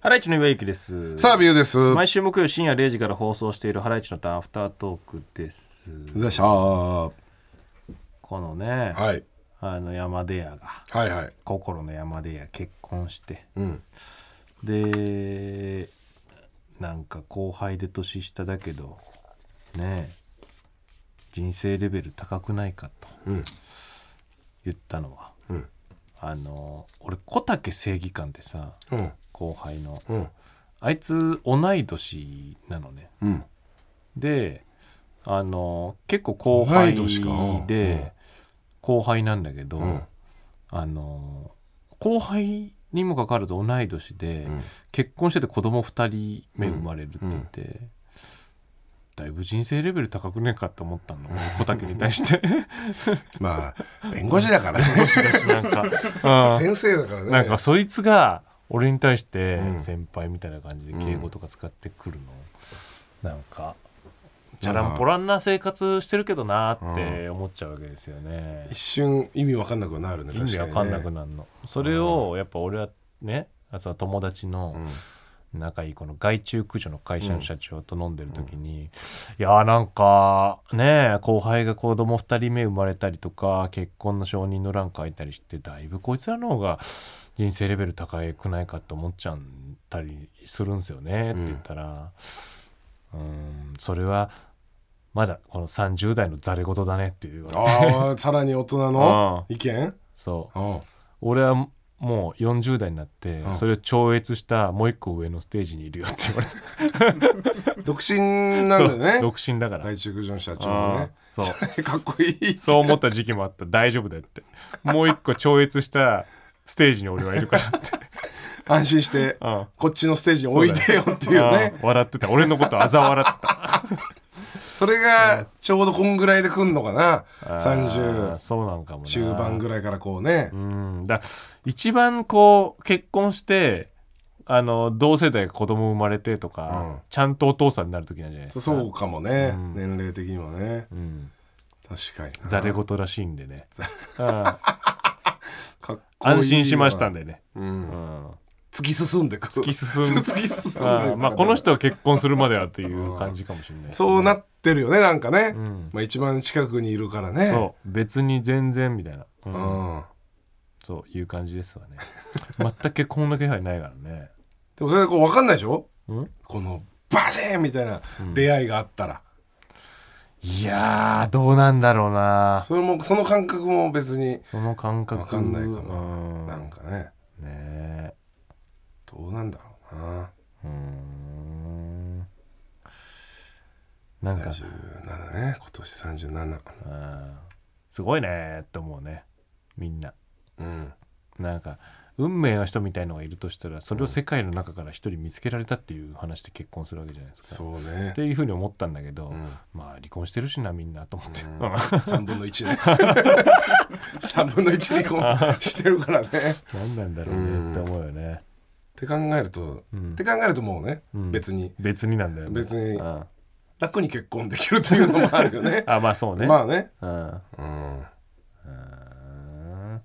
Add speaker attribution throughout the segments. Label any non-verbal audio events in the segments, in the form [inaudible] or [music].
Speaker 1: ハライチの岩きです。
Speaker 2: さあ、ビューです。
Speaker 1: 毎週木曜深夜0時から放送しているハライチのターンアフタートークです。
Speaker 2: でしょ
Speaker 1: このね、
Speaker 2: ーはい。
Speaker 1: あの山出屋が、
Speaker 2: はいはい。
Speaker 1: 心の山出屋結婚して、
Speaker 2: うん。
Speaker 1: で、なんか後輩で年下だけど、ねえ人生レベル高くないかと
Speaker 2: うん。
Speaker 1: 言ったのは、
Speaker 2: うん。
Speaker 1: あの、俺小竹正義感ってさ、
Speaker 2: うん。
Speaker 1: 後輩の、
Speaker 2: うん。
Speaker 1: あいつ同い年なのね。
Speaker 2: うん。
Speaker 1: であの結構後輩
Speaker 2: 同い年か
Speaker 1: で、
Speaker 2: うん
Speaker 1: 後輩なんだけど、
Speaker 2: うん
Speaker 1: あの後輩にもかかわらず同い年で、
Speaker 2: うん
Speaker 1: 結婚してて子供2人目生まれるって言って、だいぶ人生レベル高くねえかって思ったの小竹に対して [laughs]
Speaker 2: まあ、弁護士だからね。年だし
Speaker 1: なんか、うん
Speaker 2: 先生だからね。
Speaker 1: なんかそいつが俺に対して
Speaker 2: うん
Speaker 1: 先輩みたいな感じで敬語とか使ってくるの、なんかチャランポランな生活してるけどなーって思っちゃうわけですよね、
Speaker 2: 一瞬意味わかんなくなるね。
Speaker 1: 意味わ
Speaker 2: 確
Speaker 1: か
Speaker 2: に
Speaker 1: ん
Speaker 2: ね
Speaker 1: なくなるのそれをやっぱ俺はねあその友達の
Speaker 2: うん
Speaker 1: 仲いいこの外注駆除の会社の社長と飲んでる時に、いやーなんかね後輩が子供2人目生まれたりとか結婚の承認の欄書いたりしてだいぶこいつらの方が人生レベル高くないかって思っちゃったりするんですよねって言ったらうーんそれはまだこの30代のざれ言だねっていう
Speaker 2: ああ、さらに大
Speaker 1: [laughs]
Speaker 2: 人の意見
Speaker 1: そう
Speaker 2: うん。
Speaker 1: 俺はもう40代になって
Speaker 2: ん
Speaker 1: それを超越したもう一個上のステージにいるよって言われて
Speaker 2: 独身なんだよね。
Speaker 1: 独身だから
Speaker 2: 外中駆除の社長
Speaker 1: あ
Speaker 2: ね。 [laughs]
Speaker 1: ーそう
Speaker 2: かっこい
Speaker 1: [laughs]
Speaker 2: い。
Speaker 1: そう思った時期もあった大丈夫だよってもう一個超越したステージに俺はいるから
Speaker 2: [laughs]
Speaker 1: って
Speaker 2: 安心して、
Speaker 1: うん
Speaker 2: こっちのステージに置いてよっていうね。
Speaker 1: あー笑ってた俺のことあざ笑
Speaker 2: [laughs]
Speaker 1: ってた
Speaker 2: それが、ちょうどこんぐらいで来んのかな。
Speaker 1: あー
Speaker 2: 30
Speaker 1: そうなんかもな
Speaker 2: 中盤ぐらいからこうね
Speaker 1: う。んだ一番こう結婚してあの同世代が子供生まれてとか、
Speaker 2: うん
Speaker 1: ちゃんとお父さんになる時なんじゃないですか
Speaker 2: そうかもね、
Speaker 1: うん
Speaker 2: 年齢的にもね
Speaker 1: うん
Speaker 2: 確かにな
Speaker 1: ざれ言らしいんで
Speaker 2: [laughs]
Speaker 1: ねうん
Speaker 2: かっこいいわ
Speaker 1: 安心しましたんでね、
Speaker 2: う
Speaker 1: うんん、
Speaker 2: 突き進んでくる
Speaker 1: 突き進む
Speaker 2: [laughs] 突き進ん
Speaker 1: あ
Speaker 2: で
Speaker 1: ーまあこの
Speaker 2: 人
Speaker 1: 人は結婚するまではという感じかもしれないですね、
Speaker 2: そうなってるよねなんかね、
Speaker 1: うん
Speaker 2: まあ、一番近くにいるからね
Speaker 1: そう別に全然みたいな、う
Speaker 2: うんん、
Speaker 1: そういう感じですわね全く結婚の気配ないからね
Speaker 2: でもそれこう分かんないでしょ
Speaker 1: うん
Speaker 2: このバシーンみたいな出会いがあったら、
Speaker 1: いやーどうなんだろうな
Speaker 2: それもその感覚も別に
Speaker 1: その感覚
Speaker 2: 分かんないか
Speaker 1: うん
Speaker 2: もなんかね
Speaker 1: ねえ
Speaker 2: どうなんだろうな
Speaker 1: うーんなんか
Speaker 2: 37ね今年37
Speaker 1: うんすごいねーって思うねみんな
Speaker 2: うん
Speaker 1: なんか運命の人みたいのがいるとしたらそれを世界の中から一人見つけられたっていう話で結婚するわけじゃないですか。
Speaker 2: そうね
Speaker 1: っていうふうに思ったんだけど、
Speaker 2: ん
Speaker 1: まあ離婚してるしなみんなと思って、うん
Speaker 2: 3分の1ね [laughs] 3分の1にこうしてるからねっ
Speaker 1: [laughs] 何なんだろうねって思うよね。
Speaker 2: て考えると、
Speaker 1: うん
Speaker 2: って考えるともうね、
Speaker 1: ん
Speaker 2: 別に
Speaker 1: 別になんだよね。
Speaker 2: 別に
Speaker 1: うん
Speaker 2: 楽に結婚できるっていうのもあるよね
Speaker 1: あまあ [laughs] そうね。
Speaker 2: まあね
Speaker 1: うん
Speaker 2: うん
Speaker 1: うん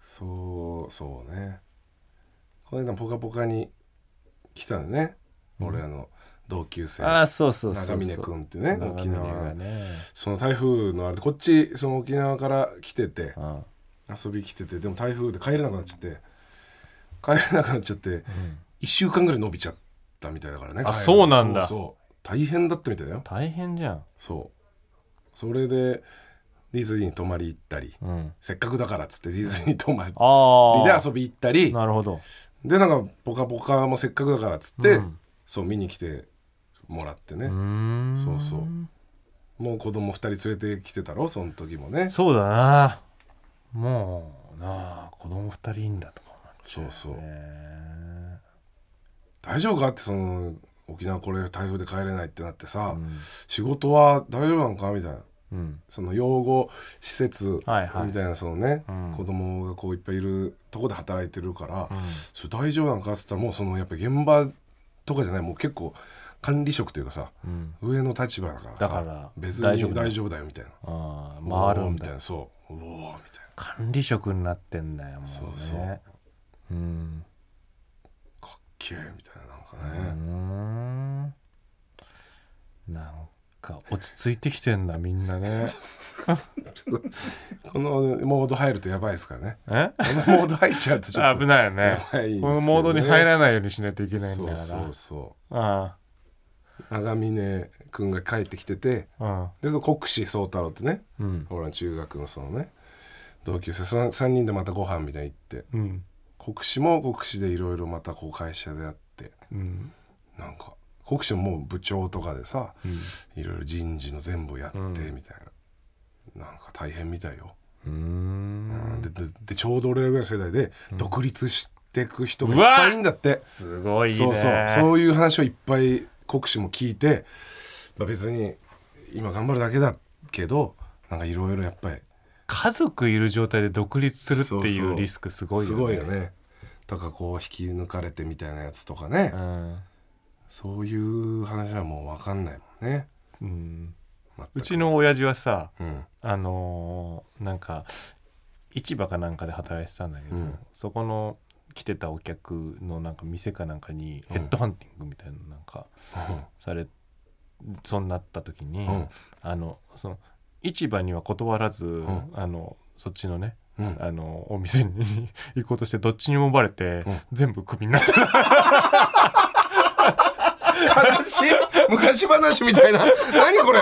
Speaker 2: そうそうねこの間「ぽかぽか」に来たのね、俺らの同級生
Speaker 1: あそうそうそうそ
Speaker 2: 長
Speaker 1: う。
Speaker 2: 峰君ってね
Speaker 1: 長
Speaker 2: 沖
Speaker 1: 峰
Speaker 2: 縄
Speaker 1: がね。
Speaker 2: その台風のあれでこっちその沖縄から来てて
Speaker 1: うんうん
Speaker 2: 遊び来ててでも台風で帰れなくなっちゃって帰れなくなっちゃって、1週間ぐらい伸びちゃったみたいだからね
Speaker 1: あ
Speaker 2: 帰るの
Speaker 1: そうなんだ
Speaker 2: そうそう大変だったみたいだよ
Speaker 1: 大変じゃん。
Speaker 2: そうそれでディズニーに泊まり行ったり
Speaker 1: うん、
Speaker 2: せっかくだからっつってディズニーに泊まり
Speaker 1: ああ。
Speaker 2: で遊び行ったり
Speaker 1: なるほど。
Speaker 2: でなんか「ぽかぽか」もせっかくだからっつって、
Speaker 1: うん
Speaker 2: そう見に来てもらってね、
Speaker 1: うーん
Speaker 2: そうそうもう子供2人連れてきてたろその時もね
Speaker 1: そうだなもうなあ子供二人いいんだとか
Speaker 2: そうそう、
Speaker 1: 思うね
Speaker 2: 大丈夫かってその沖縄これ台風で帰れないってなってさ、
Speaker 1: ん
Speaker 2: 仕事は大丈夫なのかみたいな
Speaker 1: うん
Speaker 2: その養護施設み
Speaker 1: は
Speaker 2: た
Speaker 1: い
Speaker 2: い
Speaker 1: はい
Speaker 2: なそのね
Speaker 1: うん
Speaker 2: 子供がこういっぱいいるとこで働いてるから
Speaker 1: ん
Speaker 2: それ大丈夫なのかっつったらもうそのやっぱ現場とかじゃないもう結構管理職というかさ
Speaker 1: うん
Speaker 2: 上の立場だからさ
Speaker 1: だから
Speaker 2: 別
Speaker 1: 大丈夫
Speaker 2: に
Speaker 1: だよ
Speaker 2: 大丈夫だよみたいな
Speaker 1: ああ回
Speaker 2: お
Speaker 1: る
Speaker 2: ー
Speaker 1: ん
Speaker 2: みた
Speaker 1: だ
Speaker 2: いなそうおおーみたいな
Speaker 1: 管理職になってんだよもうね
Speaker 2: そうそう
Speaker 1: うん
Speaker 2: かっけけえみたいななんか
Speaker 1: うー
Speaker 2: ね、
Speaker 1: んなんか落ち着いてきてんだみんな [laughs] ね
Speaker 2: このモード入るとやばいですからね
Speaker 1: え
Speaker 2: このモード入っちゃうとちょっと
Speaker 1: 危ないよね
Speaker 2: やばいんですけどね
Speaker 1: このモードに入らないようにしないといけないんだ
Speaker 2: そ
Speaker 1: から
Speaker 2: うそうそ
Speaker 1: あ
Speaker 2: う長峰君が帰ってきてて
Speaker 1: あ
Speaker 2: でその国士宗太郎ってね
Speaker 1: うんうん
Speaker 2: 俺の中学のそのね同級生その3人でまたご飯みたいに行って
Speaker 1: うん
Speaker 2: 国士も国士でいろいろまたこう会社であって
Speaker 1: うん
Speaker 2: なんか国士ももう部長とかでさ
Speaker 1: うん
Speaker 2: いろいろ人事の全部やって
Speaker 1: うん
Speaker 2: みたいな、なんか大変みたいよ、
Speaker 1: うーん
Speaker 2: でででちょうど俺らぐらいの世代で独立してく人がいうっ
Speaker 1: わ
Speaker 2: ぱいいんだって、
Speaker 1: すごいね
Speaker 2: そうそうそういう話をいっぱい国士も聞いて、まあ、別に今頑張るだけだけどなんかいろいろやっぱり
Speaker 1: 家族いる状態で独立するって
Speaker 2: そ
Speaker 1: いう
Speaker 2: そうう
Speaker 1: リスクすごいよね
Speaker 2: すごいよねとかこう引き抜かれてみたいなやつとかね、
Speaker 1: うん
Speaker 2: そういう話はもう分かんないもんね
Speaker 1: うん
Speaker 2: 全く
Speaker 1: うちの親父はさ
Speaker 2: うん
Speaker 1: あのーなんか市場かなんかで働いてたんだけど、
Speaker 2: うん
Speaker 1: そこの来てたお客のなんか店かなんかにヘッドハンティングみたいなのなんかされ、そうなった時に、
Speaker 2: うん
Speaker 1: あのその市場には断らず、
Speaker 2: ん
Speaker 1: あのそっちのね
Speaker 2: う
Speaker 1: [laughs]
Speaker 2: ん、うん
Speaker 1: あのお店に行こうとしてどっちにもバレて、
Speaker 2: うん
Speaker 1: 全部クビになった
Speaker 2: 悲しい昔話みたいな何これ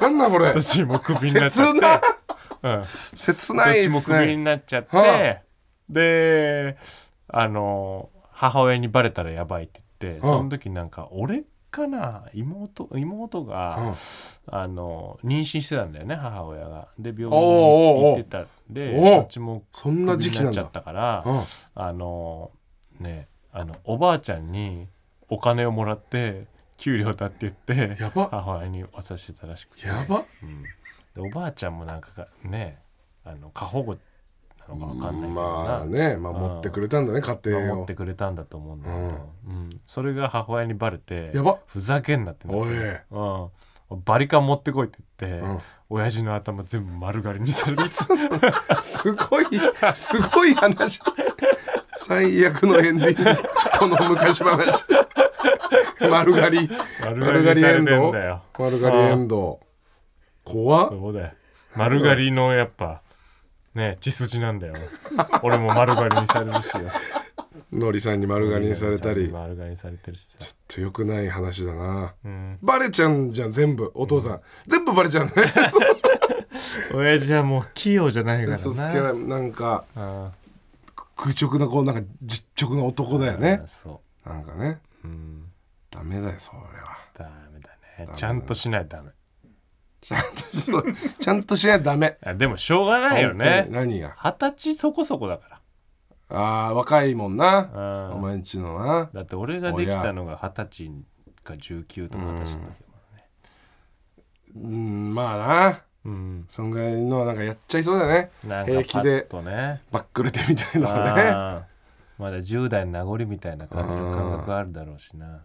Speaker 2: なんなんこれ
Speaker 1: どっちもクビになっち
Speaker 2: [laughs]
Speaker 1: ゃって、
Speaker 2: 切な
Speaker 1: うん、どっ
Speaker 2: 切ない
Speaker 1: ち
Speaker 2: で
Speaker 1: も
Speaker 2: す
Speaker 1: クビ
Speaker 2: ね
Speaker 1: になっちゃって、
Speaker 2: は
Speaker 1: であの母親にバレたらやばいって言って、
Speaker 2: はあ
Speaker 1: その時なんか俺かな妹妹が、
Speaker 2: うん
Speaker 1: あの妊娠してたんだよね母親が。で病院に
Speaker 2: おうおうおう
Speaker 1: 行ってたんで
Speaker 2: おう
Speaker 1: どっちも
Speaker 2: そん
Speaker 1: ク
Speaker 2: な
Speaker 1: ビ
Speaker 2: 時
Speaker 1: に
Speaker 2: 期
Speaker 1: な
Speaker 2: な
Speaker 1: っ
Speaker 2: ん
Speaker 1: ちゃっ
Speaker 2: だ
Speaker 1: たから。
Speaker 2: うん
Speaker 1: あのねあのおばあちゃんにお金をもらって給料だって言って
Speaker 2: やば
Speaker 1: 母親に渡してたらしくて、
Speaker 2: やば
Speaker 1: うんでおばあちゃんもなんかがねあの過保護なのか分かんないけどな、
Speaker 2: まあね守ってくれたんだね家庭
Speaker 1: 守っ
Speaker 2: を
Speaker 1: てくれたんだと思うんだけど、うんそれが母親にバレて
Speaker 2: やば
Speaker 1: ふざけんなってなって
Speaker 2: おい
Speaker 1: うん、バリカン持ってこいって言って、
Speaker 2: うん
Speaker 1: 親父の頭全部丸刈りにされて
Speaker 2: すごいすごい話最悪のエンディングこの昔話丸刈り
Speaker 1: 丸刈りにされてんだよ
Speaker 2: 丸刈りエンド怖っ
Speaker 1: そうだよ。丸刈りのやっぱ、ね、血筋なんだよ。俺も丸刈りにされるしよ。
Speaker 2: のりさんに丸刈りにされたりちょっ
Speaker 1: 丸刈りにされてるしさ。
Speaker 2: と良くない話だな
Speaker 1: うん。
Speaker 2: バレちゃうんじゃん全部お父さん、全部バレちゃうんね
Speaker 1: 親父はもう器用じゃないから
Speaker 2: 嘘つけ
Speaker 1: な。
Speaker 2: ないなんか
Speaker 1: あ
Speaker 2: 愚直なこうなんか実直な男だよ
Speaker 1: あ
Speaker 2: ね
Speaker 1: そ
Speaker 2: なんかね
Speaker 1: う。うん。
Speaker 2: ダメだよそれは
Speaker 1: ダメだね。ちゃんとしないとダメ。
Speaker 2: ちゃんとしろ [laughs] ちゃんとしないとダメ
Speaker 1: あでもしょうがないよ
Speaker 2: 本当に
Speaker 1: ね。
Speaker 2: 何が
Speaker 1: 二十歳そこそこだか
Speaker 2: あー若いもんな
Speaker 1: ら。
Speaker 2: お
Speaker 1: うん。
Speaker 2: 前んちのな
Speaker 1: だって俺ができたのが二十歳か十九とか二十歳の時だからね。
Speaker 2: うんまあな
Speaker 1: うん。
Speaker 2: そんぐらいのなんかやっちゃいそうだね
Speaker 1: なんか
Speaker 2: 平
Speaker 1: パ
Speaker 2: 気
Speaker 1: ッ
Speaker 2: で
Speaker 1: とね。
Speaker 2: バックれてみたいなのね
Speaker 1: あーまだ10代の名残みたいな感じの感覚あるだろうしな。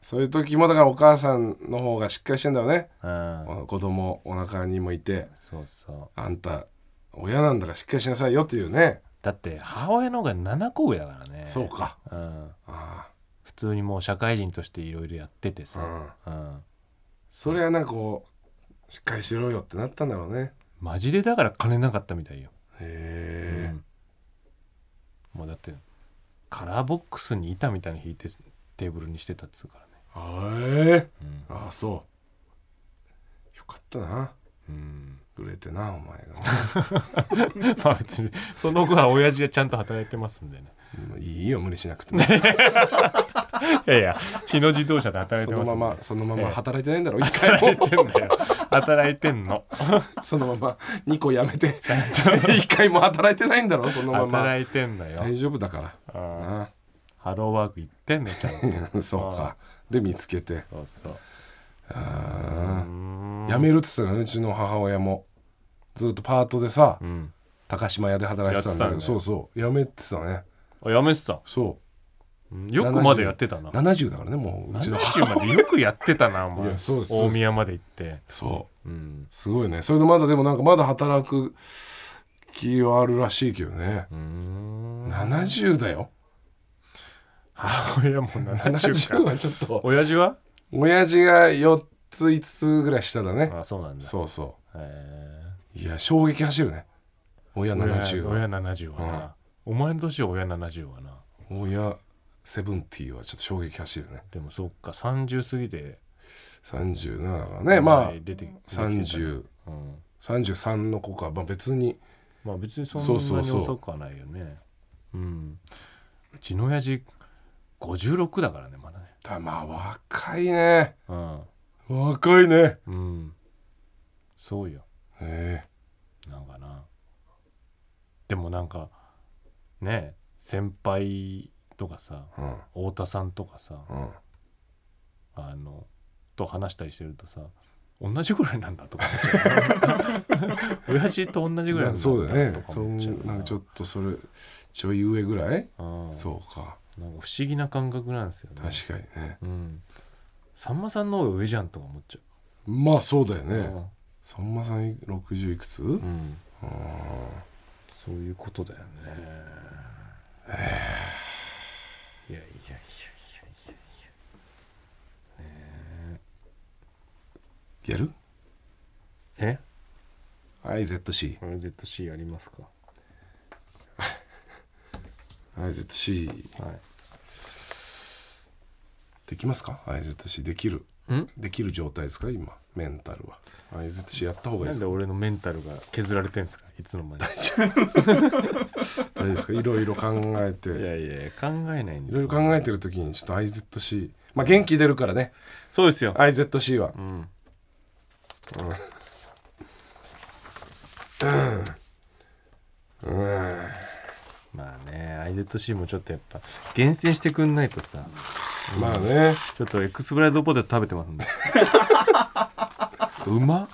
Speaker 2: そういう時もだからお母さんの方がしっかりしてんだろうね
Speaker 1: うん、
Speaker 2: お子供お腹にもいて
Speaker 1: そうそう。
Speaker 2: あんた親なんだからしっかりしなさいよっていうね
Speaker 1: だって母親の方が7個上だからね。
Speaker 2: そうか
Speaker 1: うん、
Speaker 2: あ
Speaker 1: 普通にもう社会人としていろいろやってて
Speaker 2: あ
Speaker 1: さ、
Speaker 2: うん
Speaker 1: うん。
Speaker 2: それはなんかこうしっかりしろよってなったんだろうね
Speaker 1: マジでだから金なかったみたいよ。
Speaker 2: へえ
Speaker 1: うんもうだってカラーボックスに板みたいなの引いてテーブルにしてたっつうからね。
Speaker 2: あえ
Speaker 1: うん
Speaker 2: ああそうよかったな
Speaker 1: うん、
Speaker 2: 売れてなお前が
Speaker 1: [laughs] まあ別にその後は親父がちゃんと働いてますんでね。
Speaker 2: [laughs] うんいいよ無理しなくてもそ
Speaker 1: いやいや日野自動車で働いてま
Speaker 2: の
Speaker 1: すんで
Speaker 2: ま [laughs] まそのま
Speaker 1: え
Speaker 2: ま
Speaker 1: え
Speaker 2: 働いてないんだろ一回
Speaker 1: 働いて
Speaker 2: も
Speaker 1: んだよ働いてんの
Speaker 2: そのまま2個やめて一回も働いてないんだろそのまま
Speaker 1: 働いてんのよ
Speaker 2: 大丈夫だか
Speaker 1: あ
Speaker 2: ら
Speaker 1: ー
Speaker 2: な
Speaker 1: ハローワーク行ってんのちゃ
Speaker 2: [laughs]
Speaker 1: んと
Speaker 2: そうかで見つけて
Speaker 1: そうそう
Speaker 2: あ
Speaker 1: うん
Speaker 2: ーやめるって言ってたからねうちの母親もずっとパートでさ
Speaker 1: うん
Speaker 2: 高島屋で働いてたんだけ
Speaker 1: や
Speaker 2: ど
Speaker 1: ってた
Speaker 2: そ
Speaker 1: ん
Speaker 2: う
Speaker 1: だ
Speaker 2: そうやめてたね
Speaker 1: あやめてた
Speaker 2: そ
Speaker 1: うんよくまでやってたな
Speaker 2: う70だからねもううちの母
Speaker 1: 70までよくやってたなお
Speaker 2: い
Speaker 1: 前
Speaker 2: やそうです
Speaker 1: 大宮まで行って
Speaker 2: そう
Speaker 1: [laughs] うん
Speaker 2: すごいねそれでまだでもなんかまだ働く気はあるらしいけどね
Speaker 1: うーん
Speaker 2: 70だよ
Speaker 1: 母親も70
Speaker 2: 70
Speaker 1: か
Speaker 2: はちょっと
Speaker 1: 親父は
Speaker 2: 親父が4つ5つぐらい下だね
Speaker 1: あそうなんだ
Speaker 2: そうそ
Speaker 1: へ
Speaker 2: ういや衝撃走るね親
Speaker 1: え
Speaker 2: 70
Speaker 1: 親
Speaker 2: は
Speaker 1: 70はな、お前の年は親70はな
Speaker 2: 親セブンティーはちょっと衝撃走るね
Speaker 1: でもそっか30過ぎて
Speaker 2: 37だからねまあ
Speaker 1: 出て
Speaker 2: 3033
Speaker 1: うん
Speaker 2: の子か、まあ、別に
Speaker 1: まあ別にそ
Speaker 2: そうんそ
Speaker 1: な
Speaker 2: う
Speaker 1: に
Speaker 2: そう
Speaker 1: 遅くはないよねうんうちの親父56だからねまだね
Speaker 2: たまあ若いね
Speaker 1: うん
Speaker 2: 若いね
Speaker 1: うんそうよ
Speaker 2: え
Speaker 1: なんかなでもなんかねえ先輩とかさ
Speaker 2: え
Speaker 1: 太田さんとかさ
Speaker 2: うんうん
Speaker 1: あのと話したりしてるとさ同じぐらいなんだ
Speaker 2: [laughs]
Speaker 1: とか思っちゃう親父と同じぐらいなんだ
Speaker 2: そうだよ
Speaker 1: と
Speaker 2: ね
Speaker 1: か
Speaker 2: そ
Speaker 1: 思っちゃ
Speaker 2: んなんかちょ
Speaker 1: っ
Speaker 2: っとそれちょい上ぐらい、
Speaker 1: とそ
Speaker 2: そうか
Speaker 1: うんなんか不思議な感覚なんですよね
Speaker 2: 確かにね
Speaker 1: うんさんまさんの方が上じゃんとか思っちゃ
Speaker 2: まあそうだよ
Speaker 1: う、
Speaker 2: ね、さんまさん60いくつ、
Speaker 1: うんうん
Speaker 2: あ
Speaker 1: そういうことだよねいやいやいやいやいやいや
Speaker 2: ーやる
Speaker 1: え
Speaker 2: ?IZC
Speaker 1: これ ZC ありますか
Speaker 2: IZC
Speaker 1: は
Speaker 2: できますか ?IZC できる
Speaker 1: いん
Speaker 2: できる状態ですか今メンタルは IZC やった方
Speaker 1: な
Speaker 2: がいいで
Speaker 1: ん
Speaker 2: す
Speaker 1: で
Speaker 2: か
Speaker 1: 俺のメンタルが削られてんですかいつの間に
Speaker 2: 大丈夫ですかいろいろ考えて
Speaker 1: いやいやいや考えないん
Speaker 2: い
Speaker 1: で
Speaker 2: ろい
Speaker 1: す
Speaker 2: ろ
Speaker 1: よ
Speaker 2: 考えてる時にちょっと IZC まあ元気出るからね
Speaker 1: そうですよ
Speaker 2: IZC は
Speaker 1: うん
Speaker 2: うん
Speaker 1: まあね IZC もちょっとやっぱ厳選してくんないとさ
Speaker 2: まあね
Speaker 1: ちょっとエクスフライドポテト食べて [laughs] ますんでうまっ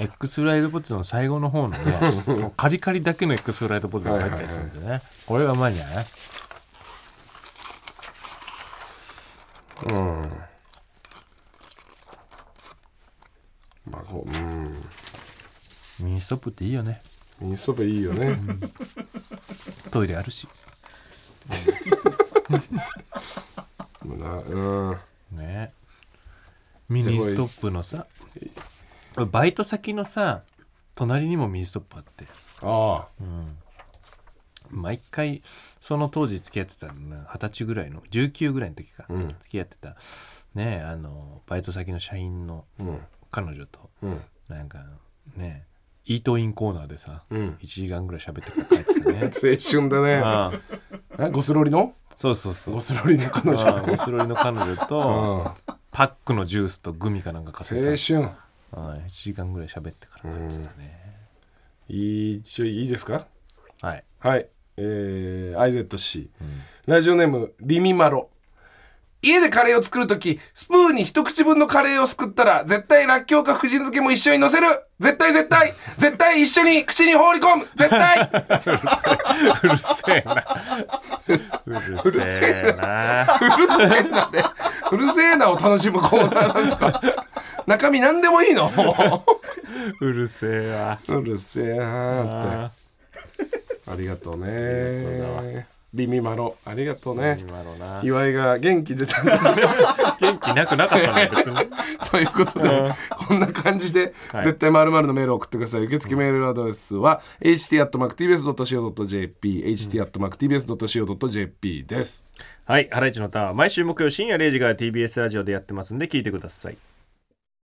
Speaker 1: エックスフライドポテトの最後の方のねもうカリカリだけのエックスフライドポテトが入ったりするんでね、これがうまいんじゃない
Speaker 2: うんまあこううん
Speaker 1: ミニストップっていいよね
Speaker 2: ミニストップいいよね
Speaker 1: トイレあるし
Speaker 2: なうん
Speaker 1: ねミニストップのさバイト先のさ隣にもミニストップあって
Speaker 2: ああ
Speaker 1: 毎回その当時付き合ってたのな二十歳ぐらいの19ぐらいの時か、
Speaker 2: うん
Speaker 1: 付き合ってたねあのバイト先の社員の
Speaker 2: うん
Speaker 1: 彼女と
Speaker 2: うん
Speaker 1: なんかねイートインコーナーでさ、
Speaker 2: うん
Speaker 1: 1時間ぐらい喋ってくれてたね
Speaker 2: 青春だね
Speaker 1: [laughs] ああ
Speaker 2: えゴスロリの
Speaker 1: そうそうそう
Speaker 2: ゴスロリの彼
Speaker 1: ああ
Speaker 2: 女
Speaker 1: ゴスロリの彼女と
Speaker 2: ああ
Speaker 1: パックのジュースとグミかなんか買
Speaker 2: 青
Speaker 1: ってさ
Speaker 2: 春
Speaker 1: ああ1時間ぐらい喋ってから帰ってたね、
Speaker 2: いいちょいいですか
Speaker 1: はい、
Speaker 2: はいえー、IZC
Speaker 1: うん
Speaker 2: ラジオネームリミマロ家でカレーを作るときスプーンに一口分のカレーをすくったら絶対らっきょうか福神漬けも一緒にのせる絶対絶対絶対一緒に口に放り込む絶対
Speaker 1: う
Speaker 2: [laughs]
Speaker 1: るせえな [laughs] うるせえな
Speaker 2: うるせえなでうるせえなを楽しむコーナーなんですか中身何でもいい [laughs] のも
Speaker 1: [laughs] うるせえわ
Speaker 2: ううるせえなーって
Speaker 1: あ
Speaker 2: ありがとう
Speaker 1: りがとうだ
Speaker 2: ね。リミマロ、ありがとう
Speaker 1: ー
Speaker 2: ね。
Speaker 1: 今のな
Speaker 2: 岩井が元気出たんだ
Speaker 1: [laughs]
Speaker 2: ね
Speaker 1: 元気なくなかったね別に
Speaker 2: ということで、こんな感じで、
Speaker 1: はい
Speaker 2: 絶対まるまるのメールを送ってください。受付メールアドレスは、ht.mactvs.co.jp、ht.mactvs.co.jp です。
Speaker 1: はいハライチのターン毎週木曜深夜0時から TBS ラジオでやってますんで聞いてください